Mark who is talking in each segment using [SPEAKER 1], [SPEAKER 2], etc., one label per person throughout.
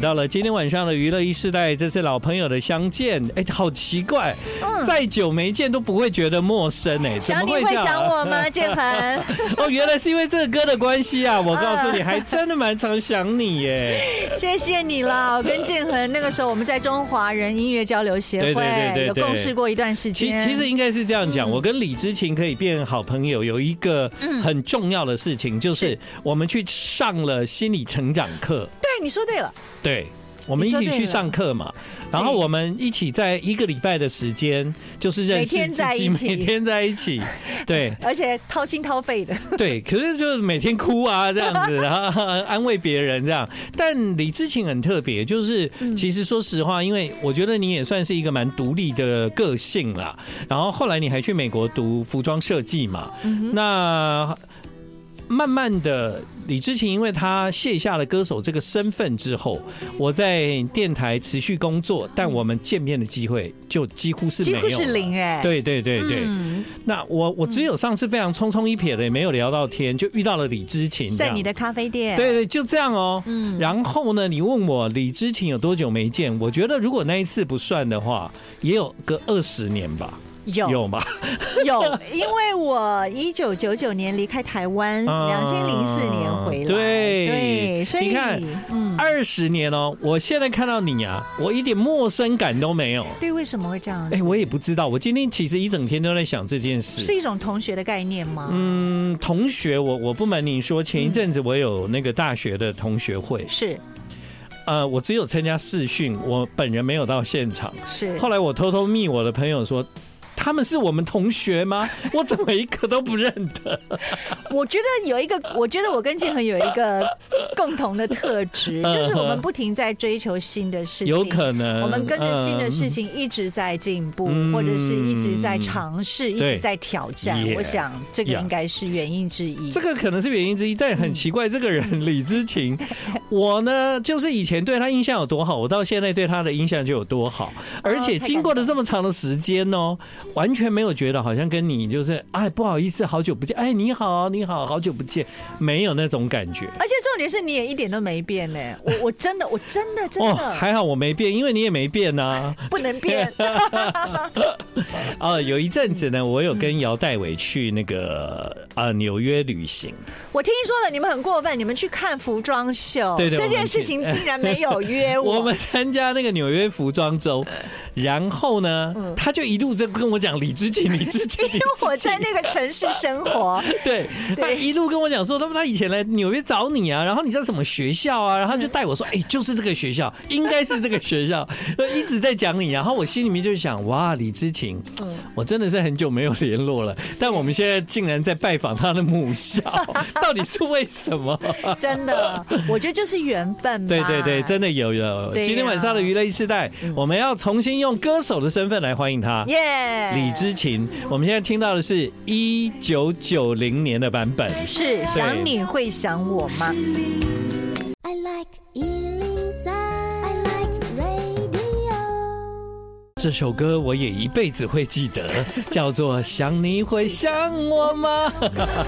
[SPEAKER 1] 到了今天晚上的娱乐一世代，这是老朋友的相见。哎、好奇怪，
[SPEAKER 2] 嗯
[SPEAKER 1] 再久没见都不会觉得陌生哎、怎么
[SPEAKER 2] 小你
[SPEAKER 1] 会这
[SPEAKER 2] 会
[SPEAKER 1] 样、
[SPEAKER 2] 想我？吗，建恒？
[SPEAKER 1] 哦，原来是因为这个歌的关系 啊！我告诉你，还真的蛮常想你耶。
[SPEAKER 2] 谢谢你啦！我跟建恒那个时候我们在中华人音乐交流协
[SPEAKER 1] 对
[SPEAKER 2] 会
[SPEAKER 1] 对对对
[SPEAKER 2] 有
[SPEAKER 1] 对
[SPEAKER 2] 共事过一段时
[SPEAKER 1] 其
[SPEAKER 2] 间。
[SPEAKER 1] 其实应该是这样
[SPEAKER 2] 嗯
[SPEAKER 1] 讲，我跟李知琴可以变好朋友，有一个很重要的事情，就是我们去上了心理成长课。
[SPEAKER 2] 对你说对了，
[SPEAKER 1] 对，我们一
[SPEAKER 2] 你
[SPEAKER 1] 起
[SPEAKER 2] 说对
[SPEAKER 1] 去
[SPEAKER 2] 了
[SPEAKER 1] 上课嘛，然后我们一起在一个礼拜的时间，就是认识
[SPEAKER 2] 每天
[SPEAKER 1] 自
[SPEAKER 2] 在
[SPEAKER 1] 己，
[SPEAKER 2] 一起
[SPEAKER 1] 每天在一起， 对
[SPEAKER 2] 而且掏心掏肺的。
[SPEAKER 1] 对，可是就是每天哭啊这样子， 然后安慰别人这样。但李知情很特别，就是
[SPEAKER 2] 嗯
[SPEAKER 1] 其实说实话，因为我觉得你也算是一个蛮独立的个性啦，然后后来你还去美国读服装设计嘛，
[SPEAKER 2] 嗯
[SPEAKER 1] 那。慢慢的，李知情因为他卸下了歌手这个身份之后，我在电台持续工作，但我们见面的机会就几乎是
[SPEAKER 2] 几
[SPEAKER 1] 没有
[SPEAKER 2] 乎是
[SPEAKER 1] 了
[SPEAKER 2] 零哎
[SPEAKER 1] 对对对对，
[SPEAKER 2] 嗯
[SPEAKER 1] 那我我只有上次非常匆匆一瞥的，也没有聊到天，就遇到了李知琴这
[SPEAKER 2] 在
[SPEAKER 1] 样，
[SPEAKER 2] 你的咖啡店。
[SPEAKER 1] 对对，就这样哦。
[SPEAKER 2] 嗯
[SPEAKER 1] 然后呢，你问我李知琴有多久没见？我觉得如果那一次不算的话，也有个二十年吧，
[SPEAKER 2] 有
[SPEAKER 1] 有吧？
[SPEAKER 2] 有，因为我一九九九年离开台湾，
[SPEAKER 1] 嗯
[SPEAKER 2] 两千零四年回来，
[SPEAKER 1] 对
[SPEAKER 2] 对，所以
[SPEAKER 1] 你看
[SPEAKER 2] 嗯，
[SPEAKER 1] 二十年哦！我现在看到你啊，我一点陌生感都没有。
[SPEAKER 2] 对，为什么会这样子？
[SPEAKER 1] 哎，我也不知道，我今天其实一整天都在想这件
[SPEAKER 2] 是
[SPEAKER 1] 事。
[SPEAKER 2] 一种同学的概念吗？
[SPEAKER 1] 嗯，同学，我我不瞒您说，前一阵子我有那个大学的同学会，
[SPEAKER 2] 是
[SPEAKER 1] 呃，我只有参加视讯，我本人没有到现场。
[SPEAKER 2] 是，
[SPEAKER 1] 后来我偷偷密我的朋友说，他们是我们同学吗？我怎么一个都不认 得？
[SPEAKER 2] 我觉得有一个，我觉得我跟建恒有一个 共同的特质，
[SPEAKER 1] 嗯
[SPEAKER 2] 就是我们不停在追求新的事情，
[SPEAKER 1] 有可能嗯
[SPEAKER 2] 我们跟着新的事情一直在进步，或者是一直在尝试，一直在挑战。
[SPEAKER 1] Yeah
[SPEAKER 2] 我想这个
[SPEAKER 1] Yeah
[SPEAKER 2] 应该是原因之一。
[SPEAKER 1] 这个可能是原因之一，但很奇怪，这个
[SPEAKER 2] 嗯
[SPEAKER 1] 人李知 情，我呢就是以前对他印象有多好，我到现在对他的印象就有多好，
[SPEAKER 2] 哦
[SPEAKER 1] 而且经过了这么长的时间哦，完全没有觉得好像跟你就是哎不好意思，好久不见，哎你好你好好久不见，没有那种感觉。
[SPEAKER 2] 而且重点是你也一点都没变嘞，我我真的我真的真
[SPEAKER 1] 哦，
[SPEAKER 2] 的
[SPEAKER 1] 还好我没变，因为你也没变呐、 啊。
[SPEAKER 2] 不能 变。
[SPEAKER 1] 呃，有一阵子呢，我有跟姚代伟去那个呃纽约旅行，
[SPEAKER 2] 我听说了，你们很过分，你们去看服装秀，
[SPEAKER 1] 对对
[SPEAKER 2] 这
[SPEAKER 1] 我
[SPEAKER 2] 件
[SPEAKER 1] 们
[SPEAKER 2] 事
[SPEAKER 1] 去
[SPEAKER 2] 情竟然没有约我。
[SPEAKER 1] 我们参加那个纽约服装 周，然后呢，他就一路就跟我讲李知锦，李知锦，
[SPEAKER 2] 嗯 因为我在那个城市生活，
[SPEAKER 1] 对，他一路跟我讲说，他们他以前来纽约找你啊，然后你在什么学校啊，然
[SPEAKER 2] 嗯
[SPEAKER 1] 后就带我说，哎、就是这个学校， 应该是这个学校，一直在讲你，然后我心里面就想，哇，李知情，
[SPEAKER 2] 嗯
[SPEAKER 1] 我真的是很久没有联络了，但我们现在竟然在拜访他的母 校，到底是为什么？
[SPEAKER 2] 真的，我觉得就是缘分吧。
[SPEAKER 1] 对对对，真的有有。
[SPEAKER 2] 对呀嗯
[SPEAKER 1] 今天晚上的娱乐一世代，我们要重新用歌手的身份来欢迎他。
[SPEAKER 2] 耶，
[SPEAKER 1] 李知琴，我们现在听到的是一九九零年的版本。
[SPEAKER 2] 是想你会想我吗？
[SPEAKER 3] I like Ealing Sound. I like radio.
[SPEAKER 1] 这首歌我也一辈子会记得，叫做《想你会想我吗》。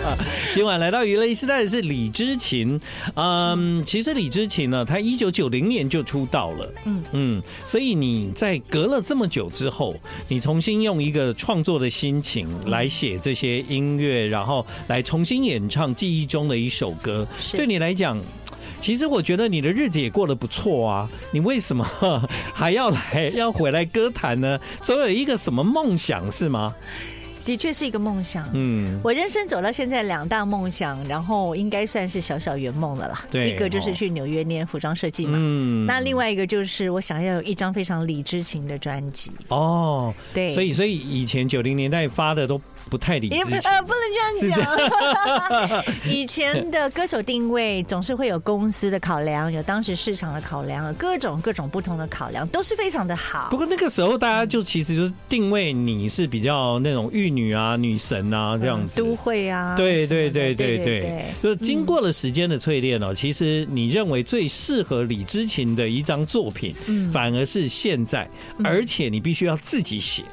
[SPEAKER 1] 今晚来到娱乐一时代的是李知琴，嗯，其实李知琴呢，她一九九零年就出道了，嗯嗯，所以你在隔了这么久之后，你重新用一个创作的心情来写这些音乐，然后来重新演唱记忆中的一首歌，
[SPEAKER 2] 是
[SPEAKER 1] 对你来讲。其实我觉得你的日子也过得不错啊，你为什么还要来要回来歌坛呢？总有一个什么梦想是吗？
[SPEAKER 2] 的确是一个梦想。
[SPEAKER 1] 嗯，
[SPEAKER 2] 我人生走到现在两大梦想，然后应该算是小小圆梦了啦。
[SPEAKER 1] 对
[SPEAKER 2] 一个就是
[SPEAKER 1] 哦
[SPEAKER 2] 去纽约念服装设计嘛，
[SPEAKER 1] 嗯
[SPEAKER 2] 那另外一个就是我想要有一张非常理知情的专辑。
[SPEAKER 1] 哦，
[SPEAKER 2] 对，
[SPEAKER 1] 所以所以以前九零年代发的都不太理
[SPEAKER 2] 也不
[SPEAKER 1] 智。
[SPEAKER 2] 呃不能这 样讲。 以前的歌手定位总是会有公司的考量，有当时市场的考量，各种各种不同的考量都是非常的好
[SPEAKER 1] 不。过那个时候大家就其实就是定位你是比较那种玉女啊、女神啊这样子。
[SPEAKER 2] 都会啊，
[SPEAKER 1] 对
[SPEAKER 2] 什
[SPEAKER 1] 对
[SPEAKER 2] 么的
[SPEAKER 1] 对嗯对
[SPEAKER 2] 对
[SPEAKER 1] 对，就是经过了时间的淬炼哦，其实你认为最适合李知琴的一嗯张作品，反而是现在，而且你必须要自己写。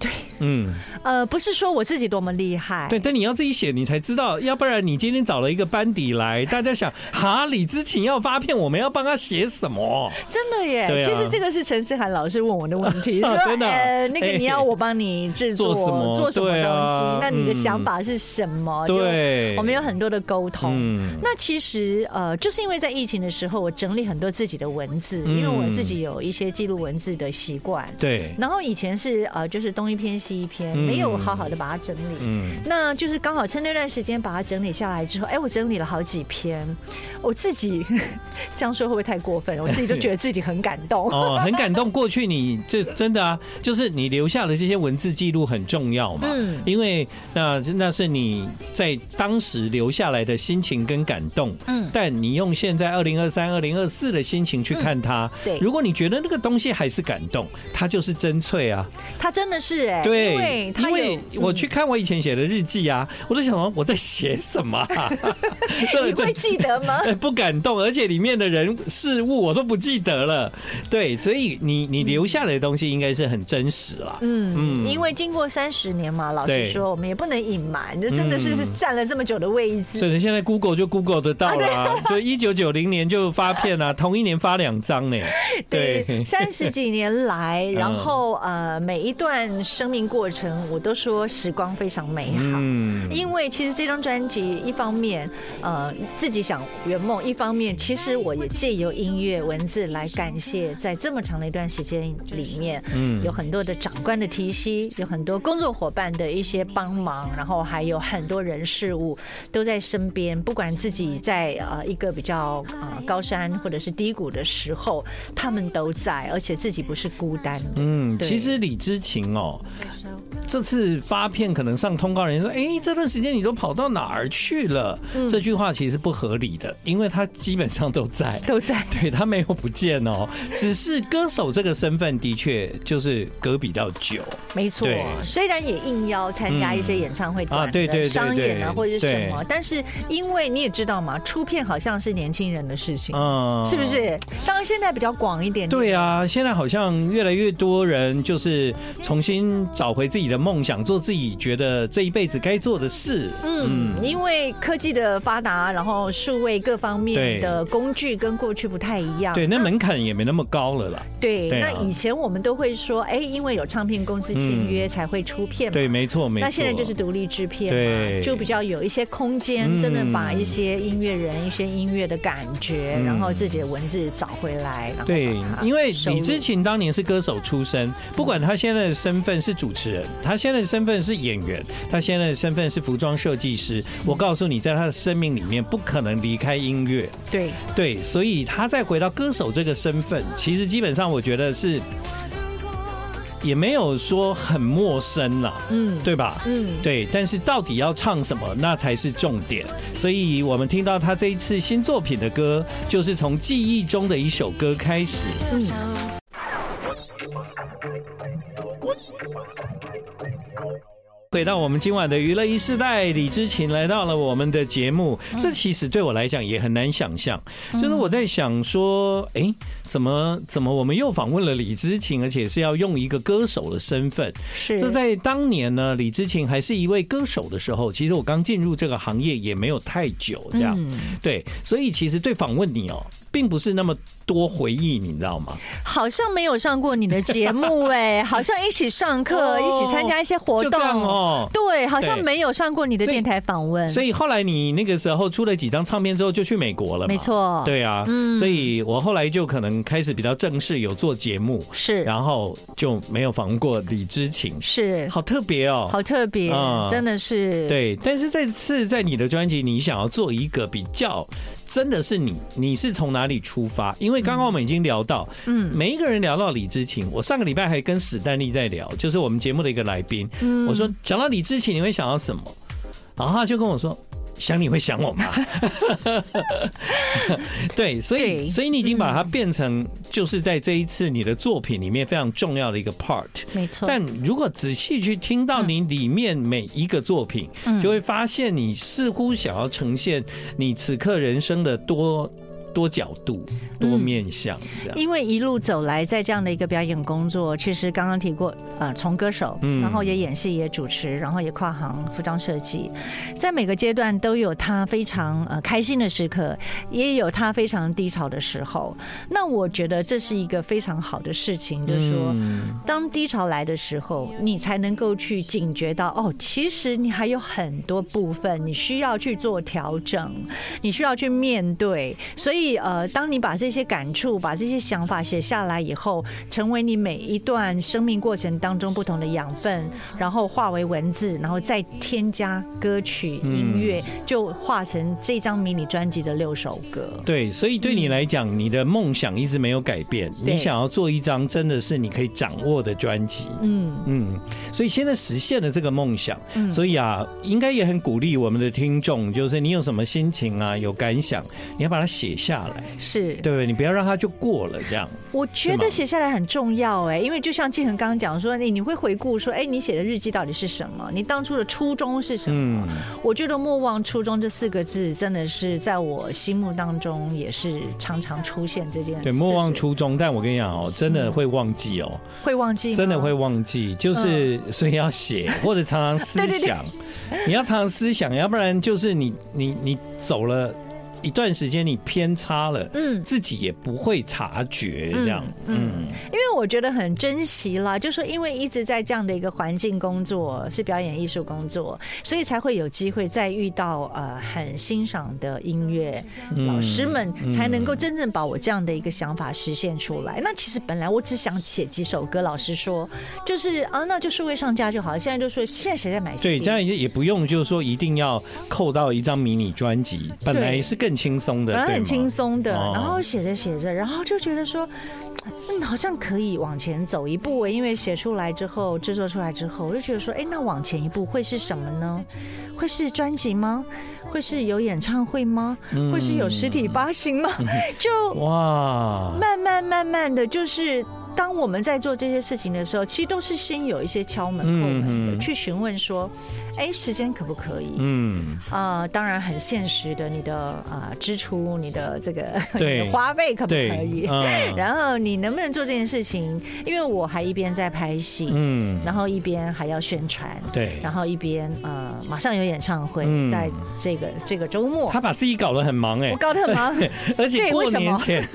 [SPEAKER 2] 对
[SPEAKER 1] 嗯，
[SPEAKER 2] 呃，不是说我自己多么厉害，
[SPEAKER 1] 对，但你要自己写，你才知道，要不然你今天找了一个班底来，大家想，哈，李知勤要发片，我们要帮他写什么？
[SPEAKER 2] 真的耶。
[SPEAKER 1] 对啊
[SPEAKER 2] 其实这个是陈思涵老师问我的问 题，说
[SPEAKER 1] 真的啊
[SPEAKER 2] 呃，那个
[SPEAKER 1] 哎
[SPEAKER 2] 你要我帮你制作
[SPEAKER 1] 做什么
[SPEAKER 2] 做什么东
[SPEAKER 1] 对
[SPEAKER 2] 西？
[SPEAKER 1] 啊
[SPEAKER 2] 那你的
[SPEAKER 1] 嗯
[SPEAKER 2] 想法是什么？就
[SPEAKER 1] 对，
[SPEAKER 2] 我们有很多的沟通。
[SPEAKER 1] 嗯
[SPEAKER 2] 那其实呃，就是因为在疫情的时候，我整理很多自己的文字，因为我
[SPEAKER 1] 嗯
[SPEAKER 2] 自己有一些记录文字的习惯。
[SPEAKER 1] 对，
[SPEAKER 2] 然后以前是呃，就是东一篇西一篇，
[SPEAKER 1] 嗯
[SPEAKER 2] 没有好好的把它整理。
[SPEAKER 1] 嗯
[SPEAKER 2] 那就是刚好趁那段时间把它整理下来之后，哎、我整理了好几篇，我自己 这样说会不会太过分？我自己都觉得自己很感动。
[SPEAKER 1] 哦，很感动。过去你这真的啊，就是你留下的这些文字记录很重要嘛，
[SPEAKER 2] 嗯
[SPEAKER 1] 因为那那是你在当时留下来的心情跟感动。
[SPEAKER 2] 嗯，
[SPEAKER 1] 但你用现在二零二三、二零二四的心情去看它，
[SPEAKER 2] 嗯对
[SPEAKER 1] 如果你觉得那个东西还是感动，它就是真粹啊。
[SPEAKER 2] 他真的是哎、因
[SPEAKER 1] 对
[SPEAKER 2] 为，他
[SPEAKER 1] 因为
[SPEAKER 2] 有嗯
[SPEAKER 1] 我去看我以前写的日记啊，我都想说我在写什么、 啊，
[SPEAKER 2] 你会记得吗？
[SPEAKER 1] 呃，不感动，而且里面的人事物我都不记得了。对，所以你你留下来的东西应该是很真实啦。
[SPEAKER 2] 嗯，
[SPEAKER 1] 嗯
[SPEAKER 2] 因为经过三十年嘛，老实
[SPEAKER 1] 对
[SPEAKER 2] 说，我们也不能隐瞒，就真的是
[SPEAKER 1] 嗯
[SPEAKER 2] 是占了这么久的位
[SPEAKER 1] 所
[SPEAKER 2] 置。
[SPEAKER 1] 以现在 Google 就 Google 得到了、啊， 对，一九九零年就发片 啊，同一年发两张呢。对
[SPEAKER 2] 三十几 年来，
[SPEAKER 1] 嗯
[SPEAKER 2] 然后呃，每一段生命过程，我都说时光非常美好。
[SPEAKER 1] 嗯，
[SPEAKER 2] 因为其实这张专辑，一方面呃自己想圆梦，一方面其实我也借由音乐文字来感谢，在这么长的一段时间里面，嗯
[SPEAKER 1] 嗯，
[SPEAKER 2] 有很多的长官的提携，有很多工作伙伴的一些帮忙，然后还有很多人事物都在身边，不管自己在呃一个比较呃高山或者是低谷的时候，他们都在，而且自己不是孤单的。
[SPEAKER 1] 嗯，
[SPEAKER 2] 对
[SPEAKER 1] 其实李知勤哦，这次发片可能上通告人说，哎、这段时间你都跑到哪儿去了？
[SPEAKER 2] 嗯
[SPEAKER 1] 这句话其实不合理的，因为他基本上都在。
[SPEAKER 2] 都在，
[SPEAKER 1] 对他没有不见哦，只是歌手这个身份的确就是隔比较久
[SPEAKER 2] 没错
[SPEAKER 1] 对。
[SPEAKER 2] 虽然也应邀参加一些演唱会、
[SPEAKER 1] 嗯啊对对对
[SPEAKER 2] 商演啊
[SPEAKER 1] 对
[SPEAKER 2] 或者是什么
[SPEAKER 1] 对，
[SPEAKER 2] 但是因为你也知道嘛，出片好像是年轻人的事情，
[SPEAKER 1] 嗯，
[SPEAKER 2] 是不？是？当然现在比较广一点点，
[SPEAKER 1] 对啊，现在好像越来越多人就是重新找回自己的梦想，做自己觉得这一辈子该做的事。
[SPEAKER 2] 嗯，因为科技的发达，然后数位各方面
[SPEAKER 1] 对
[SPEAKER 2] 的工具跟过去不太一样。
[SPEAKER 1] 对，那门槛也没那么高了啦。
[SPEAKER 2] 对，
[SPEAKER 1] 对
[SPEAKER 2] 那
[SPEAKER 1] 啊嗯
[SPEAKER 2] 以前我们都会说，哎，因为有唱片公司签约才会出片嘛。
[SPEAKER 1] 对，没错，没错。
[SPEAKER 2] 那现在就是独立制片嘛，
[SPEAKER 1] 对
[SPEAKER 2] 就比较有一些空间，
[SPEAKER 1] 嗯
[SPEAKER 2] 真的把一些音乐人、一些音乐的感觉，
[SPEAKER 1] 嗯
[SPEAKER 2] 然后自己的文字找回来。然后
[SPEAKER 1] 对
[SPEAKER 2] 把，它
[SPEAKER 1] 因为
[SPEAKER 2] 啊收
[SPEAKER 1] 李
[SPEAKER 2] 入
[SPEAKER 1] 知勤当年是歌手出身，不管他现在的身份是主持人，他现在的身份是演员，他现在的身份是服装设计师。我告诉你，在他的生命里面不可能离开音乐。
[SPEAKER 2] 对
[SPEAKER 1] 对，所以他再回到歌手这个身份，其实基本上我觉得是也没有说很陌生啦，
[SPEAKER 2] 嗯
[SPEAKER 1] 对吧？
[SPEAKER 2] 嗯
[SPEAKER 1] 对，但是到底要唱什么，那才是重点。所以我们听到他这一次新作品的歌，就是从记忆中的一首歌开始。
[SPEAKER 2] 嗯，
[SPEAKER 1] 回到我们今晚的娱乐一世代，李知勤来到了我们的节目。这其实对我来讲也很难想象，就是我在想说，哎、怎么怎么我们又访问了李知勤，而且是要用一个歌手的身份。
[SPEAKER 2] 是
[SPEAKER 1] 这在当年呢，李知勤还是一位歌手的时候，其实我刚进入这个行业也没有太久，
[SPEAKER 2] 嗯
[SPEAKER 1] 这样、对，所以其实对访问你哦，并不是那么多回忆，你知道吗？
[SPEAKER 2] 好像没有上过你的节目 哎、好像一起上课，
[SPEAKER 1] 哦
[SPEAKER 2] 一起参加一些活
[SPEAKER 1] 就
[SPEAKER 2] 动
[SPEAKER 1] 这样哦
[SPEAKER 2] 对，好像
[SPEAKER 1] 对
[SPEAKER 2] 没有上过你的
[SPEAKER 1] 所以
[SPEAKER 2] 电台访问，
[SPEAKER 1] 所以后来你那个时候出了几张唱片之后，就去美国了嘛，
[SPEAKER 2] 没错
[SPEAKER 1] 对啊，
[SPEAKER 2] 嗯
[SPEAKER 1] 所以我后来就可能开始比较正式，有做节目，
[SPEAKER 2] 是
[SPEAKER 1] 然后就没有访问过李知勤，
[SPEAKER 2] 是
[SPEAKER 1] 好特别哦，
[SPEAKER 2] 好特别，
[SPEAKER 1] 嗯
[SPEAKER 2] 真的是
[SPEAKER 1] 对，但是这次在你的专辑，你想要做一个比较，真的是你，你是从哪里出发？因为刚刚我们已经聊到，嗯，每一个人聊到李知勤，我上个礼拜还跟史丹利在聊，就是我们节目的一个来宾，
[SPEAKER 2] 嗯
[SPEAKER 1] 我说讲到李知勤，你会想到什么？然后他就跟我说。想你会想我 吗？对，所以
[SPEAKER 2] 对嗯
[SPEAKER 1] 所以你已经把它变成就是在这一次你的作品里面非常重要的一个 part。
[SPEAKER 2] 没错。
[SPEAKER 1] 但如果仔细去听到你里面每一个作品，
[SPEAKER 2] 嗯
[SPEAKER 1] 就会发现你似乎想要呈现你此刻人生的多多角度、多面向这样。
[SPEAKER 2] 因为嗯一路走来，在这样的一个表演工作，确实刚刚提过，呃，从歌手，
[SPEAKER 1] 嗯
[SPEAKER 2] 然后也演戏，也主持，然后也跨行服装设计，在每个阶段都有他非常呃开心的时刻，也有他非常低潮的时候。那我觉得这是一个非常好的事情，就是说，
[SPEAKER 1] 嗯
[SPEAKER 2] 当低潮来的时候，你才能够去警觉到哦，其实你还有很多部分你需要去做调整，你需要去面对。所以呃，当你把这些感触、把这些想法写下来以后，成为你每一段生命过程当中不同的养分，然后化为文字，然后再添加歌曲、音乐，就化成这张迷你专辑的六首歌。
[SPEAKER 1] 对，所以对你来讲，你的梦想一直没有改变，
[SPEAKER 2] 对
[SPEAKER 1] 你想要做一张真的是你可以掌握的专辑。
[SPEAKER 2] 嗯，
[SPEAKER 1] 嗯，所以现在实现了这个梦想，所以啊，应该也很鼓励我们的听众，就是你有什么心情啊，有感想，你要把它写下来，
[SPEAKER 2] 是。
[SPEAKER 1] 对不对？你不要让它就过了这样。
[SPEAKER 2] 我觉
[SPEAKER 1] 是
[SPEAKER 2] 得
[SPEAKER 1] 吗
[SPEAKER 2] 写下来很重要哎、因为就像建恒刚刚讲说，你你会回顾说，哎、你写的日记到底是什么？你当初的初衷是什么？
[SPEAKER 1] 嗯，
[SPEAKER 2] 我觉得“莫忘初衷”这四个字真的是在我心目当中也是常常出现这件事。
[SPEAKER 1] 对，莫忘
[SPEAKER 2] 就是嗯
[SPEAKER 1] 初衷。但我跟你讲哦，真的会忘记哦，
[SPEAKER 2] 会忘记吗，
[SPEAKER 1] 真的会忘记，就是所以要写，或者常常思
[SPEAKER 2] 嗯 对对对
[SPEAKER 1] 想。你要常常思想，要不然就是你你你走了一段时间，你偏差了，
[SPEAKER 2] 嗯。
[SPEAKER 1] 自己也不会察觉这样。
[SPEAKER 2] 嗯
[SPEAKER 1] 嗯
[SPEAKER 2] 因为我觉得很珍惜啦，就说因为一直在这样的一个环境工作，是表演艺术工作，所以才会有机会再遇到呃很欣赏的音乐老师们，才能够真正把我这样的一个想法实现出来。那其实本来我只想写几首歌，老实说，就是啊，那就数位上架就好。现在就说现在谁在买 CD？啊
[SPEAKER 1] 对，这样也也不用，就是说一定要扣到一张迷你专辑，本来是更轻松的，
[SPEAKER 2] 本来
[SPEAKER 1] 对
[SPEAKER 2] 很
[SPEAKER 1] 吗
[SPEAKER 2] 轻松的，
[SPEAKER 1] 哦
[SPEAKER 2] 然后写着写着，然后就觉得说，嗯，好像可以往前走一步诶，因为写出来之后，制作出来之后，我就觉得说，哎，那往前一步会是什么呢？会是专辑吗？会是有演唱会吗？
[SPEAKER 1] 嗯
[SPEAKER 2] 会是有实体发行 吗？就
[SPEAKER 1] 哇，
[SPEAKER 2] 慢慢慢慢的就是。当我们在做这些事情的时候，其实都是先有一些敲门叩门的，
[SPEAKER 1] 嗯嗯
[SPEAKER 2] 去询问说，哎，时间可不可以？
[SPEAKER 1] 嗯，
[SPEAKER 2] 呃，当然很现实的，你的啊、呃支出，你的这个
[SPEAKER 1] 对
[SPEAKER 2] 你的花费可不可
[SPEAKER 1] 对
[SPEAKER 2] 以，？
[SPEAKER 1] 嗯
[SPEAKER 2] 然后你能不能做这件事情？因为我还一边在拍戏，
[SPEAKER 1] 嗯，
[SPEAKER 2] 然后一边还要宣传，
[SPEAKER 1] 对，
[SPEAKER 2] 然后一边呃马上有演唱会，
[SPEAKER 1] 嗯
[SPEAKER 2] 在这个这个周末，
[SPEAKER 1] 他把自己搞得很忙哎
[SPEAKER 2] 我、搞得很忙。
[SPEAKER 1] 而且
[SPEAKER 2] 对
[SPEAKER 1] 过
[SPEAKER 2] 为什
[SPEAKER 1] 年
[SPEAKER 2] 么
[SPEAKER 1] 前，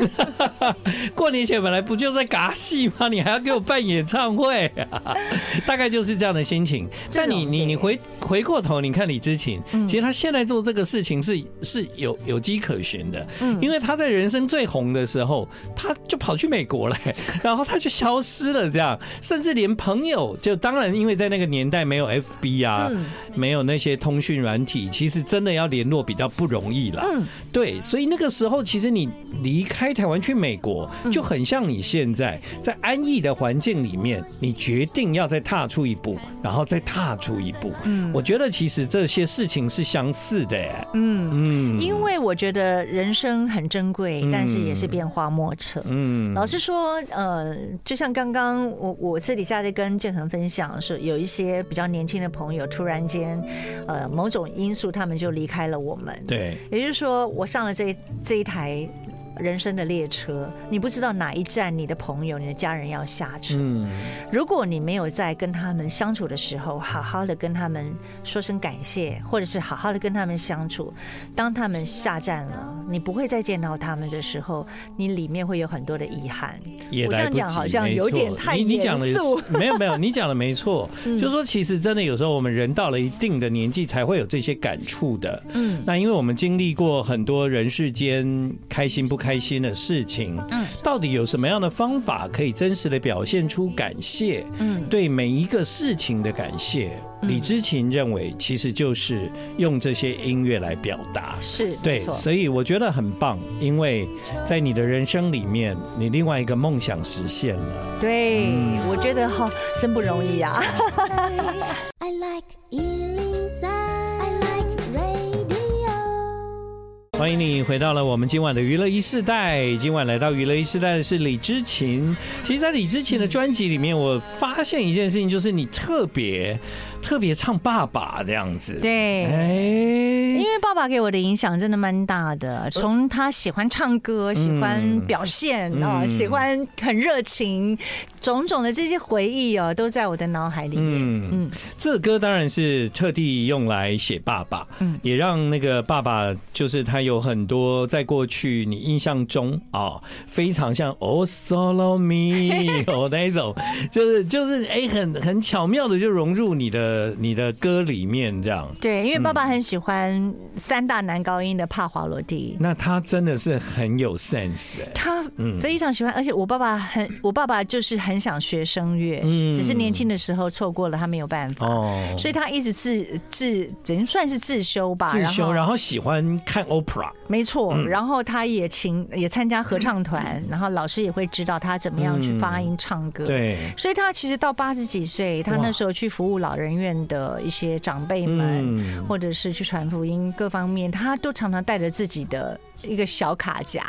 [SPEAKER 1] 过年前本 来不就在嘎戏吗？你还要给我办演唱会、 大概就是这样的心情。
[SPEAKER 2] 这
[SPEAKER 1] 但
[SPEAKER 2] 种
[SPEAKER 1] 你你
[SPEAKER 2] 对嗯
[SPEAKER 1] 你回回过头，你看李知勤，其实他现在做这个事情是是有有迹可循的，
[SPEAKER 2] 嗯
[SPEAKER 1] 因为他在人生最红的时候，他就跑去美国了、 然后他就消失了，这样，甚至连朋友，就当然因为在那个年代没有 FB 啊，
[SPEAKER 2] 嗯
[SPEAKER 1] 没有那些通讯软体，其实真的要联络比较不容易啦。
[SPEAKER 2] 嗯
[SPEAKER 1] 对，所以那个时候其实你离开台湾去美国，
[SPEAKER 2] 嗯
[SPEAKER 1] 就很像你现在在安逸的环境里面，你决定要再踏出一步，然后再踏出一步。嗯，我觉得其实这些事情是相似的耶。
[SPEAKER 2] 嗯，
[SPEAKER 1] 嗯
[SPEAKER 2] 因为我觉得人生很珍贵，但是也是变化莫测。
[SPEAKER 1] 嗯
[SPEAKER 2] 老实说，呃，就像刚刚我我私底下在跟建恒分享，说有一些比较年轻的朋友突然间，呃，某种因素他们就离开了我们。，
[SPEAKER 1] 对，
[SPEAKER 2] 也就是说，我上了这这一台人生的列车，你不知道哪一站你的朋友、你的家人要下车。
[SPEAKER 1] 嗯
[SPEAKER 2] 如果你没有在跟他们相处的时候，好好的跟他们说声感谢，或者是好好的跟他们相处，当他们下站了，你不会再见到他们的时候，你里面会有很多的遗憾。
[SPEAKER 1] 也
[SPEAKER 2] 我这
[SPEAKER 1] 来
[SPEAKER 2] 样
[SPEAKER 1] 不及。
[SPEAKER 2] 讲好像
[SPEAKER 1] 没
[SPEAKER 2] 有点
[SPEAKER 1] 错
[SPEAKER 2] 太
[SPEAKER 1] 你你讲的
[SPEAKER 2] 严肃嗯
[SPEAKER 1] 没有没有，你讲的没错， 就是说其实真的有时候我们人到了一定的年纪才会有这些感触的。
[SPEAKER 2] 嗯
[SPEAKER 1] 那因为我们经历过很多人世间开心不开心的事情，
[SPEAKER 2] 嗯
[SPEAKER 1] 到底有什么样的方法可以真实的表现出感谢？
[SPEAKER 2] 嗯
[SPEAKER 1] 对每一个事情的感谢，李知勤认为其实就是用这些音乐来表达。
[SPEAKER 2] 是
[SPEAKER 1] 对，所以我觉得很棒，因为在你的人生里面，你另外一个梦想实现了。
[SPEAKER 2] 对，我觉得哈、真不容 易啊。
[SPEAKER 3] I like Ealing Sound. I like radio.
[SPEAKER 1] 欢迎你回到了我们今晚的娱乐一世代。今晚来到娱乐一世代的是李知勤。其实，在李知勤的专辑里面，我发现一件事情，就是你特别特别唱爸爸这样子。
[SPEAKER 2] 对
[SPEAKER 1] 哎，
[SPEAKER 2] 因为为爸爸给我的影响真的蛮大的，
[SPEAKER 1] 嗯
[SPEAKER 2] 从他喜欢唱歌、喜欢表现啊、
[SPEAKER 1] 嗯
[SPEAKER 2] 喜欢很热情，种种的这些回忆哦，都在我的脑海里面。
[SPEAKER 1] 嗯，
[SPEAKER 2] 嗯，
[SPEAKER 1] 这歌当然是特地用来写爸爸，
[SPEAKER 2] 嗯
[SPEAKER 1] 也让那个爸爸就是他有很多在过去你印象中啊、哦非常像 Oh Solo Me 哦那一种，就是就是哎、很很巧妙的就融入你的你的歌里面这样。
[SPEAKER 2] 对，因为爸爸
[SPEAKER 1] 嗯
[SPEAKER 2] 很喜欢三大男高音的帕华罗蒂。
[SPEAKER 1] 那他真的是很有 sense，、哎
[SPEAKER 2] 他非常喜欢，而且我爸爸很，我爸爸就是很想学声乐，
[SPEAKER 1] 嗯
[SPEAKER 2] 只是年轻的时候错过了，他没有办法，
[SPEAKER 1] 哦，
[SPEAKER 2] 所以他一直自自等于算是自修吧，
[SPEAKER 1] 自修，嗯
[SPEAKER 2] 后
[SPEAKER 1] 然后喜欢看 opera，
[SPEAKER 2] 没错，然后他也请也参加合唱团，然后老师也会指导他怎么样去发音唱歌。，
[SPEAKER 1] 嗯对，
[SPEAKER 2] 所以他其实到八十几岁，他那
[SPEAKER 1] 哇
[SPEAKER 2] 时候去服务老人院的一些长辈们，
[SPEAKER 1] 嗯，
[SPEAKER 2] 或者是去传福音各方面，他都常常带着自己的一个小卡夹，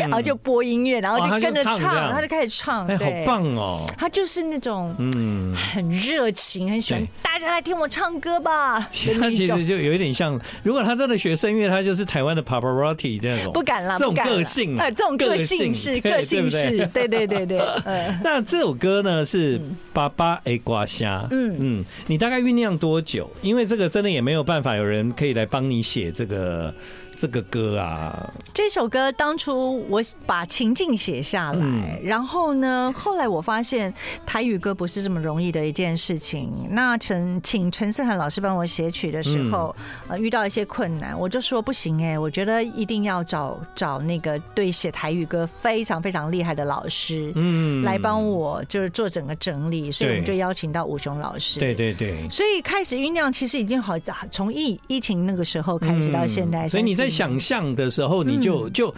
[SPEAKER 2] 然后就播音乐，然后
[SPEAKER 1] 嗯哇他
[SPEAKER 2] 就
[SPEAKER 1] 就
[SPEAKER 2] 跟着
[SPEAKER 1] 唱
[SPEAKER 2] 唱，
[SPEAKER 1] 这样
[SPEAKER 2] 他就开始唱，
[SPEAKER 1] 哎，好
[SPEAKER 2] 对，
[SPEAKER 1] 棒哦，
[SPEAKER 2] 他就是那种
[SPEAKER 1] 嗯。
[SPEAKER 2] 很热情，很喜欢
[SPEAKER 1] 对
[SPEAKER 2] 大家来听我唱歌 吧
[SPEAKER 1] 嗯 其
[SPEAKER 2] 的
[SPEAKER 1] 实
[SPEAKER 2] 那
[SPEAKER 1] 他其
[SPEAKER 2] 一种
[SPEAKER 1] 实，就有一点像，如果他真的学声乐，他就是台湾的 Pavarotti 这种。
[SPEAKER 2] 不敢啦，
[SPEAKER 1] 这种
[SPEAKER 2] 不敢啦
[SPEAKER 1] 个性嘛
[SPEAKER 2] 呃，这种个性
[SPEAKER 1] 性
[SPEAKER 2] 是
[SPEAKER 1] 对
[SPEAKER 2] 个性
[SPEAKER 1] 对不
[SPEAKER 2] 是
[SPEAKER 1] 对，
[SPEAKER 2] 对对 对对，呃，
[SPEAKER 1] 那这首歌呢是《爸爸哎瓜虾》。
[SPEAKER 2] 嗯
[SPEAKER 1] 嗯嗯，你大概酝酿多久？因为这个真的也没有办法有人可以来帮你写这个这个歌啊。
[SPEAKER 2] 这首歌当初我把情境写下来
[SPEAKER 1] 嗯，
[SPEAKER 2] 然后呢，后来我发现台语歌不是这么容易的一件事情。那陈请陈思涵老师帮我写曲的时候，
[SPEAKER 1] 嗯
[SPEAKER 2] 呃，遇到一些困难，我就说不行哎、我觉得一定要找找那个对写台语歌非常非常厉害的老师。
[SPEAKER 1] 嗯，
[SPEAKER 2] 来帮。我就是做整个整理，所以我们就
[SPEAKER 1] 对
[SPEAKER 2] 邀请到武雄老师。
[SPEAKER 1] 对对对。
[SPEAKER 2] 所以开始酝酿，其实已经好从疫疫情那个时候开始到现在，
[SPEAKER 1] 嗯所以你在
[SPEAKER 2] 三四
[SPEAKER 1] 想
[SPEAKER 2] 年嗯
[SPEAKER 1] 象的时候，你就就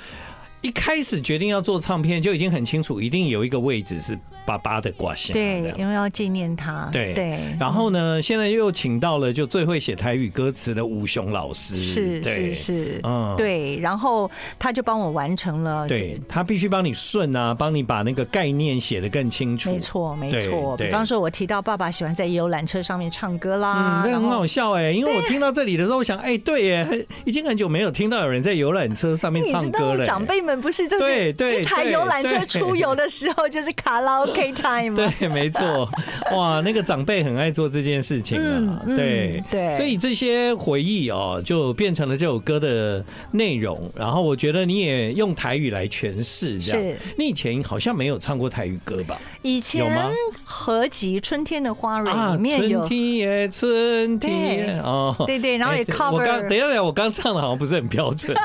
[SPEAKER 1] 一开始决定要做唱片，就已经很清楚，一定有一个位置是爸爸的瓜虾。这
[SPEAKER 2] 对，
[SPEAKER 1] 样
[SPEAKER 2] 因为要纪念他，
[SPEAKER 1] 对
[SPEAKER 2] 对，
[SPEAKER 1] 然后呢，现在又请到了就最会写台语歌词的吴雄老师，
[SPEAKER 2] 是
[SPEAKER 1] 对
[SPEAKER 2] 是是，
[SPEAKER 1] 嗯
[SPEAKER 2] 对，然后他就帮我完成了，
[SPEAKER 1] 对，他必须帮你顺啊，帮你把那个概念写得更清楚。
[SPEAKER 2] 没错没错。
[SPEAKER 1] 对
[SPEAKER 2] 比方说，我提到爸爸喜欢在游览车上面唱歌啦
[SPEAKER 1] 嗯，，那
[SPEAKER 2] 啊然
[SPEAKER 1] 很
[SPEAKER 2] 后
[SPEAKER 1] 好笑哎、因为我听到这里的时候，我想，哎、对耶，很已经很久没有听到有人在游览车上面
[SPEAKER 2] 你
[SPEAKER 1] 唱
[SPEAKER 2] 知
[SPEAKER 1] 歌
[SPEAKER 2] 道
[SPEAKER 1] 了、哎
[SPEAKER 2] 长辈们不是就是
[SPEAKER 1] 对对
[SPEAKER 2] 一台
[SPEAKER 1] 对
[SPEAKER 2] 游览车
[SPEAKER 1] 对
[SPEAKER 2] 出游的时候就是卡拉 OK time 啊吗？
[SPEAKER 1] 对，没 错，哇，那个长辈很爱做这件事情啊，
[SPEAKER 2] 嗯嗯
[SPEAKER 1] 对
[SPEAKER 2] 对
[SPEAKER 1] 所以这些回忆哦，就变成了这首歌的内容。然后我觉得你也用台语来诠释，这
[SPEAKER 2] 是
[SPEAKER 1] 样。你以前好像没有唱过台语歌吧？
[SPEAKER 2] 以
[SPEAKER 1] 有
[SPEAKER 2] 前
[SPEAKER 1] 吗
[SPEAKER 2] 合集《春天的花蕊》里面有
[SPEAKER 1] 啊春天耶，春天
[SPEAKER 2] 对
[SPEAKER 1] 耶哦。
[SPEAKER 2] 对对，然后也
[SPEAKER 1] 哎我刚等
[SPEAKER 2] cover，
[SPEAKER 1] 一下，等一下我刚唱的好像不是很标 准。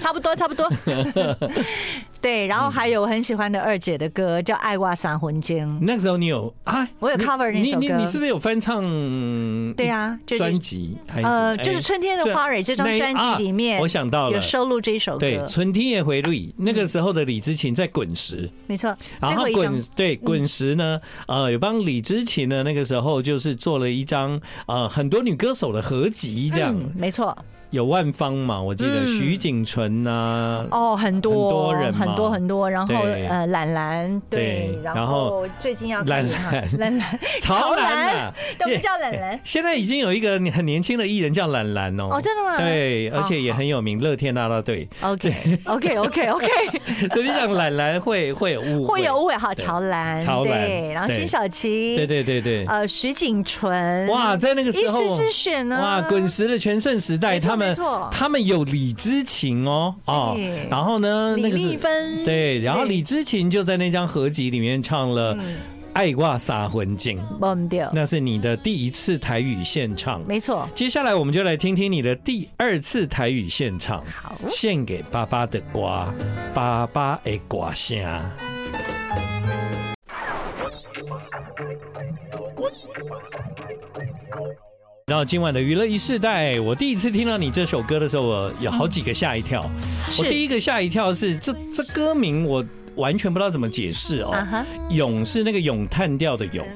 [SPEAKER 2] 差不多差 不多。对，然后还有我很喜欢的二姐的歌叫《爱哇三魂经》，
[SPEAKER 1] 那时候你有啊？
[SPEAKER 2] 我有 cover 那
[SPEAKER 1] 你
[SPEAKER 2] 首
[SPEAKER 1] 你
[SPEAKER 2] 歌
[SPEAKER 1] 你是不是有翻唱？
[SPEAKER 2] 对啊，这就
[SPEAKER 1] 专
[SPEAKER 2] 是
[SPEAKER 1] 辑还是
[SPEAKER 2] 呃，
[SPEAKER 1] 哎
[SPEAKER 2] 就是《春天的花蕊》这张
[SPEAKER 1] 那一
[SPEAKER 2] 专辑里面
[SPEAKER 1] 啊，我想到
[SPEAKER 2] 有
[SPEAKER 1] 了。
[SPEAKER 2] 收录这一首
[SPEAKER 1] 对，
[SPEAKER 2] 歌，
[SPEAKER 1] 《春天夜回路》那个时候的李知勤在滚石，
[SPEAKER 2] 没错，
[SPEAKER 1] 然
[SPEAKER 2] 最
[SPEAKER 1] 后
[SPEAKER 2] 后一张嗯
[SPEAKER 1] 滚对滚石呢，呃，有帮李知勤呢，那个时候就是做了一张呃很多女歌手的合集，这样、
[SPEAKER 2] 嗯，没错，
[SPEAKER 1] 有万芳嘛，我记得、
[SPEAKER 2] 嗯
[SPEAKER 1] 徐景纯啊呐、
[SPEAKER 2] 哦，很多
[SPEAKER 1] 很多人嘛
[SPEAKER 2] 很多很多，然后
[SPEAKER 1] 对
[SPEAKER 2] 呃，懒懒对
[SPEAKER 1] 对，
[SPEAKER 2] 然
[SPEAKER 1] 然
[SPEAKER 2] 后
[SPEAKER 1] 后
[SPEAKER 2] 最近要
[SPEAKER 1] 懒
[SPEAKER 2] 看
[SPEAKER 1] 懒
[SPEAKER 2] 懒 懒
[SPEAKER 1] 曹
[SPEAKER 2] 兰
[SPEAKER 1] 兰啊，
[SPEAKER 2] 都不
[SPEAKER 1] 耶
[SPEAKER 2] 叫懒懒，
[SPEAKER 1] 现在已经有一个很年轻的艺人叫兰兰哦，
[SPEAKER 2] 哦，真的吗？
[SPEAKER 1] 对，而且也很有名，乐天啦啦 队。
[SPEAKER 2] ，OK OK OK OK，
[SPEAKER 1] 所以你讲兰兰会会有 误
[SPEAKER 2] 会有
[SPEAKER 1] 误，
[SPEAKER 2] 误会，好，
[SPEAKER 1] 对
[SPEAKER 2] 潮兰，
[SPEAKER 1] 潮兰
[SPEAKER 2] 对，然后
[SPEAKER 1] 对
[SPEAKER 2] 辛晓琪，
[SPEAKER 1] 对对对对，
[SPEAKER 2] 呃，徐景纯，
[SPEAKER 1] 哇，在那个
[SPEAKER 2] 一
[SPEAKER 1] 时候
[SPEAKER 2] 时之选呢，
[SPEAKER 1] 哇，滚石的全盛时代，
[SPEAKER 2] 没错
[SPEAKER 1] 他
[SPEAKER 2] 没
[SPEAKER 1] 们
[SPEAKER 2] 错
[SPEAKER 1] 他们有李知勤哦哦
[SPEAKER 2] 对，
[SPEAKER 1] 然后呢，
[SPEAKER 2] 李
[SPEAKER 1] 那个
[SPEAKER 2] 丽
[SPEAKER 1] 是
[SPEAKER 2] 芬，
[SPEAKER 1] 对，然后李知勤就在那张合集里面唱了《
[SPEAKER 2] 嗯
[SPEAKER 1] 爱挂撒魂经》，
[SPEAKER 2] 忘掉，
[SPEAKER 1] 那是你的第一次台语现唱。
[SPEAKER 2] 没错，
[SPEAKER 1] 接下来我们就来听听你的第二次台语现唱，
[SPEAKER 2] 好。
[SPEAKER 1] 献给爸爸的瓜，爸爸的瓜声。到今晚的娱乐一世代，我第一次听到你这首歌的时候，我有好几个吓一跳。我
[SPEAKER 2] 嗯是
[SPEAKER 1] 第一个吓一跳是这这歌名我完全不知道怎么解释哦
[SPEAKER 2] 啊。哈，
[SPEAKER 1] 咏是那个咏叹调的咏，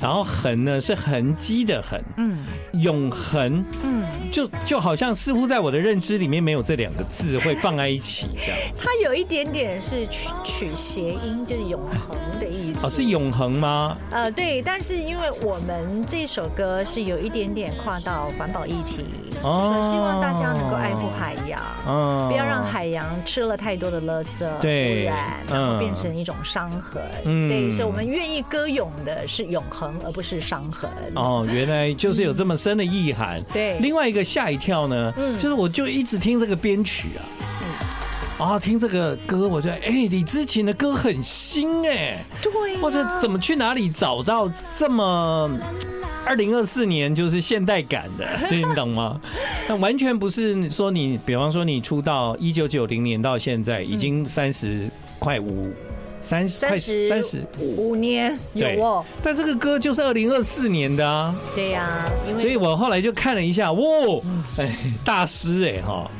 [SPEAKER 1] 然后痕呢是痕迹的痕，
[SPEAKER 2] 嗯
[SPEAKER 1] 永恒
[SPEAKER 2] 嗯，
[SPEAKER 1] 就就好像似乎在我的认知里面没有这两个字会放在一起这样。
[SPEAKER 2] 它有一点点是取取谐音，就是永恒的意思。
[SPEAKER 1] 哦，是永恒吗？
[SPEAKER 2] 呃，对，但是因为我们这首歌是有一点点跨到环保议题，
[SPEAKER 1] 哦
[SPEAKER 2] 就说希望大家能够爱护海洋。
[SPEAKER 1] 嗯，
[SPEAKER 2] 不要让海洋吃了太多的垃圾
[SPEAKER 1] 对
[SPEAKER 2] 污染，然
[SPEAKER 1] 嗯
[SPEAKER 2] 后变成一种伤痕。
[SPEAKER 1] 嗯
[SPEAKER 2] 对，所以我们愿意歌咏的是永恒，而不是伤痕。
[SPEAKER 1] 哦，原来就是有这么深的意涵。哦
[SPEAKER 2] 嗯对
[SPEAKER 1] 另外一个吓一跳呢，
[SPEAKER 2] 嗯
[SPEAKER 1] 就是我就一直听这个编曲啊，啊，听这个歌，我觉得哎、李知琴的歌很新哎、
[SPEAKER 2] 对、啊，
[SPEAKER 1] 或者怎么去哪里找到这么二零二四年就是现代感 的，对你懂吗？那完全不是说你，比方说你出道一九九零年到现在已经三十快五，嗯三十快
[SPEAKER 2] 三十
[SPEAKER 1] 三十。
[SPEAKER 2] 五年有
[SPEAKER 1] 对
[SPEAKER 2] 哦？
[SPEAKER 1] 但这个歌就是二零二四年的啊，
[SPEAKER 2] 对呀、因为
[SPEAKER 1] 所以我后来就看了一下，哇，哎，大师哎哈，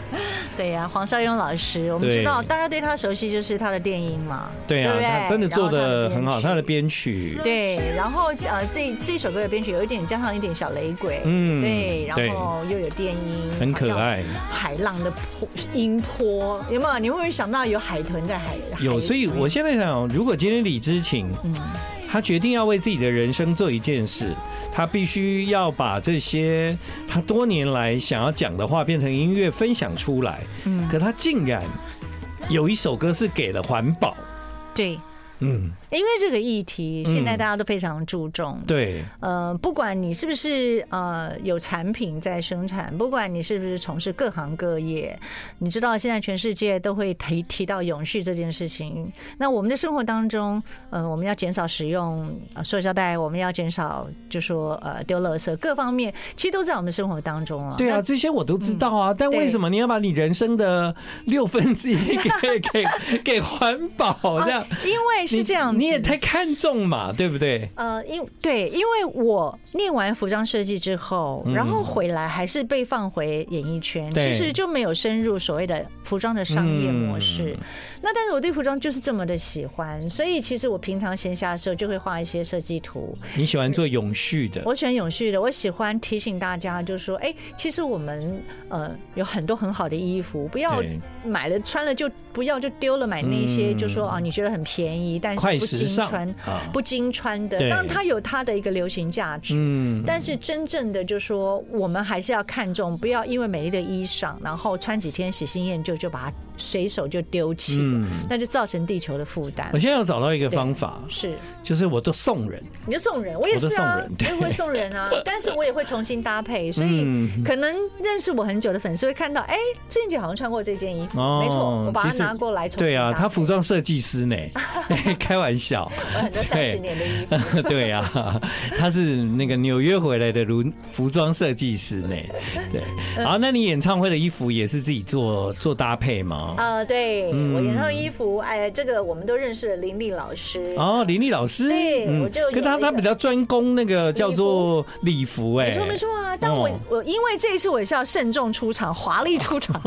[SPEAKER 2] 对呀、黄少庸老师，我们
[SPEAKER 1] 对
[SPEAKER 2] 知道大家对他熟悉就是他的电音嘛，
[SPEAKER 1] 对啊，
[SPEAKER 2] 不
[SPEAKER 1] 他真的做的很好，
[SPEAKER 2] 然
[SPEAKER 1] 他
[SPEAKER 2] 后
[SPEAKER 1] 的
[SPEAKER 2] 编曲
[SPEAKER 1] 编曲，
[SPEAKER 2] 对，然后呃，这这首歌的编曲有一点加上一点小雷鬼，
[SPEAKER 1] 嗯
[SPEAKER 2] 对，然
[SPEAKER 1] 对
[SPEAKER 2] 后又有电音，
[SPEAKER 1] 很可
[SPEAKER 2] 好像
[SPEAKER 1] 爱。
[SPEAKER 2] 海浪的波音波，有没有？你会不会想到有海豚在海？
[SPEAKER 1] 有，
[SPEAKER 2] 海
[SPEAKER 1] 所以我现在想，如果今天李知情，
[SPEAKER 2] 嗯
[SPEAKER 1] 他决定要为自己的人生做一件事，他必须要把这些他多年来想要讲的话变成音乐分享出来。嗯，可他竟然有一首歌是给了环保。
[SPEAKER 2] 对，
[SPEAKER 1] 嗯，
[SPEAKER 2] 因为这个议题
[SPEAKER 1] 嗯
[SPEAKER 2] 现在大家都非常注重，
[SPEAKER 1] 对，
[SPEAKER 2] 呃，不管你是不是呃有产品在生产，不管你是不是从事各行各业，你知道现在全世界都会提提到永续这件事情。那我们的生活当中，呃，我们要减少使用呃塑胶袋，我们要减少就说呃丢垃圾，各方面其实都在我们生活当中啊。
[SPEAKER 1] 对啊，
[SPEAKER 2] 那嗯
[SPEAKER 1] 这些我都知道啊，但为什么你要把你人生的六分之一给给给环保这样？
[SPEAKER 2] 啊因为
[SPEAKER 1] 你
[SPEAKER 2] 是这样子
[SPEAKER 1] 你也太看重嘛，对不对？
[SPEAKER 2] 呃，因对，因为我念完服装设计之后，
[SPEAKER 1] 嗯
[SPEAKER 2] 然后回来还是被放回演艺圈，
[SPEAKER 1] 对
[SPEAKER 2] 其实就没有深入所谓的服装的商业模式。
[SPEAKER 1] 嗯
[SPEAKER 2] 那但是我对服装就是这么的喜欢，所以其实我平常闲暇的时候就会画一些设计图。
[SPEAKER 1] 你喜欢做永续的，
[SPEAKER 2] 我喜欢永续的，我喜欢提醒大家，就是说，哎、其实我们呃有很多很好的衣服，不要
[SPEAKER 1] 对
[SPEAKER 2] 买了穿了就不要就丢了，买那些、
[SPEAKER 1] 嗯
[SPEAKER 2] 就说啊，你觉得很便宜，但
[SPEAKER 1] 快
[SPEAKER 2] 是不
[SPEAKER 1] 时
[SPEAKER 2] 经
[SPEAKER 1] 尚
[SPEAKER 2] 穿。
[SPEAKER 1] 啊，
[SPEAKER 2] 不经穿的，
[SPEAKER 1] 对
[SPEAKER 2] 当然它有它的一个流行价值。
[SPEAKER 1] 嗯，
[SPEAKER 2] 但是真正的就说，我们还是要看重，不要因为美丽的衣裳，然后穿几天喜新厌旧就把它随手就丢弃了，
[SPEAKER 1] 嗯
[SPEAKER 2] 那就造成地球的负担
[SPEAKER 1] 我。现在要找到一个方法，
[SPEAKER 2] 是，
[SPEAKER 1] 就是我都送人，
[SPEAKER 2] 你就送人，我也是
[SPEAKER 1] 我都
[SPEAKER 2] 啊
[SPEAKER 1] 送人，
[SPEAKER 2] 我
[SPEAKER 1] 对
[SPEAKER 2] 也会送人 啊，但是我也会重新搭配，所以
[SPEAKER 1] 嗯，
[SPEAKER 2] 可能认识我很久的粉丝会看到，哎，志玲姐好像穿过这件衣服，
[SPEAKER 1] 哦
[SPEAKER 2] 没错，我把它
[SPEAKER 1] 其实
[SPEAKER 2] 拿过来重新
[SPEAKER 1] 对啊，
[SPEAKER 2] 搭
[SPEAKER 1] 他
[SPEAKER 2] 配
[SPEAKER 1] 服装设计师 呢，开玩笑，
[SPEAKER 2] 我很多三十年的衣 服，
[SPEAKER 1] 对啊，他是那个纽约回来的服服装设计师呢，
[SPEAKER 2] 嗯
[SPEAKER 1] 对，好，那你演唱会的衣服也是自己做做搭配吗？
[SPEAKER 2] 啊，对
[SPEAKER 1] 嗯
[SPEAKER 2] 我演唱衣服，哎，这个我们都认识了林立老师。
[SPEAKER 1] 哦，林立老师，嗯
[SPEAKER 2] 对我就有
[SPEAKER 1] 跟他
[SPEAKER 2] 一个
[SPEAKER 1] 他比较专攻那个叫做礼服，哎，
[SPEAKER 2] 没错没错啊，但我、
[SPEAKER 1] 哦
[SPEAKER 2] 我因为这一次我也是要慎重出场，华丽 出场，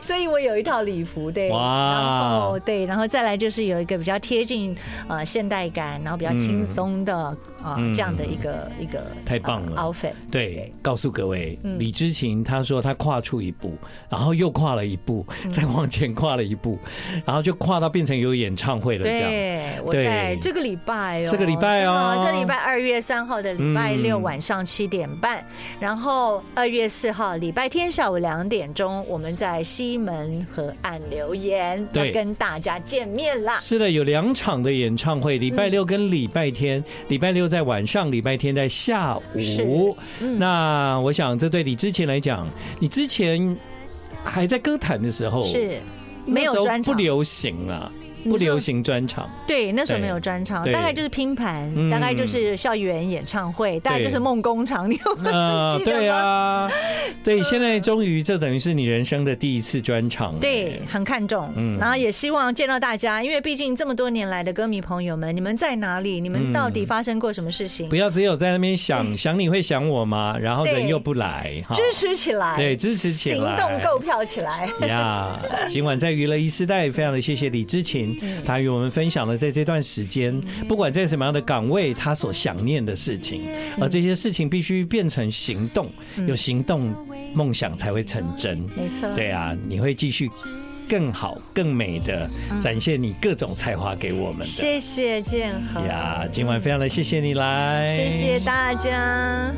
[SPEAKER 2] 所以我有一套礼服，对，
[SPEAKER 1] 哇
[SPEAKER 2] 然后对，然后再来就是有一个比较贴近呃现代感，然后比较轻松的啊、
[SPEAKER 1] 嗯
[SPEAKER 2] 这样的一个一个
[SPEAKER 1] 太棒了
[SPEAKER 2] 呃 outfit，
[SPEAKER 1] 对
[SPEAKER 2] 对，嗯
[SPEAKER 1] 告诉各位，李知琴她说她跨出一步，然后又跨了一步，
[SPEAKER 2] 嗯
[SPEAKER 1] 再往前跨了一步，然后就跨到变成有演唱会了这样。
[SPEAKER 2] 对，我
[SPEAKER 1] 对
[SPEAKER 2] 在这个礼拜哦，
[SPEAKER 1] 这个礼拜哦
[SPEAKER 2] 真的这礼拜二月三号的礼拜六
[SPEAKER 1] 嗯
[SPEAKER 2] 晚上七点半，然后二月四号礼拜天下午两点钟，我们在西门河岸留言，
[SPEAKER 1] 对
[SPEAKER 2] 要跟大家见面啦。
[SPEAKER 1] 是的，有两场的演唱会，礼拜六跟礼拜天，礼拜六在晚上，礼拜天在下
[SPEAKER 2] 是嗯
[SPEAKER 1] 午。那我想，这对李知琴来讲，你之前还在歌坛的时候，
[SPEAKER 2] 是，
[SPEAKER 1] 哦那
[SPEAKER 2] 没有
[SPEAKER 1] 时候
[SPEAKER 2] 专
[SPEAKER 1] 不
[SPEAKER 2] 场
[SPEAKER 1] 流行啊，不
[SPEAKER 2] 你说
[SPEAKER 1] 流行专场。
[SPEAKER 2] 对，那时候
[SPEAKER 1] 对
[SPEAKER 2] 没有专场，
[SPEAKER 1] 对
[SPEAKER 2] 大概就是拼盘
[SPEAKER 1] 嗯，
[SPEAKER 2] 大概就是校园演唱会，大概就是梦工厂，你有没
[SPEAKER 1] 呃
[SPEAKER 2] 有 记
[SPEAKER 1] 对
[SPEAKER 2] 得吗？嗯
[SPEAKER 1] 啊，对，现在终于这等于是你人生的第一次专场。哎
[SPEAKER 2] 对，很看重，
[SPEAKER 1] 嗯
[SPEAKER 2] 然后也希望见到大家，因为毕竟这么多年来的歌迷朋友们，你们在哪里？你
[SPEAKER 1] 嗯
[SPEAKER 2] 们到底发生过什么事情？
[SPEAKER 1] 不要只有在那边想想你会想我吗？然后人
[SPEAKER 2] 嗯对
[SPEAKER 1] 又不来哈。
[SPEAKER 2] 支持起来，
[SPEAKER 1] 对支持起来
[SPEAKER 2] 行动购票起来。
[SPEAKER 1] 呀今晚在娱乐一时代，非常的谢谢李知琴。人，
[SPEAKER 2] 嗯
[SPEAKER 1] 他与我们分享了在这段时间，不管在什么样的岗位，他所想念的事情，
[SPEAKER 2] 嗯
[SPEAKER 1] 而这些事情必须变成行动，有行动，梦想才会成真。
[SPEAKER 2] 没错，
[SPEAKER 1] 对啊，你会继续更好、更美的展现你各种才华给我们的。
[SPEAKER 2] 谢谢建恒，
[SPEAKER 1] 呀，今晚非常的谢谢你来，
[SPEAKER 2] 谢谢大家。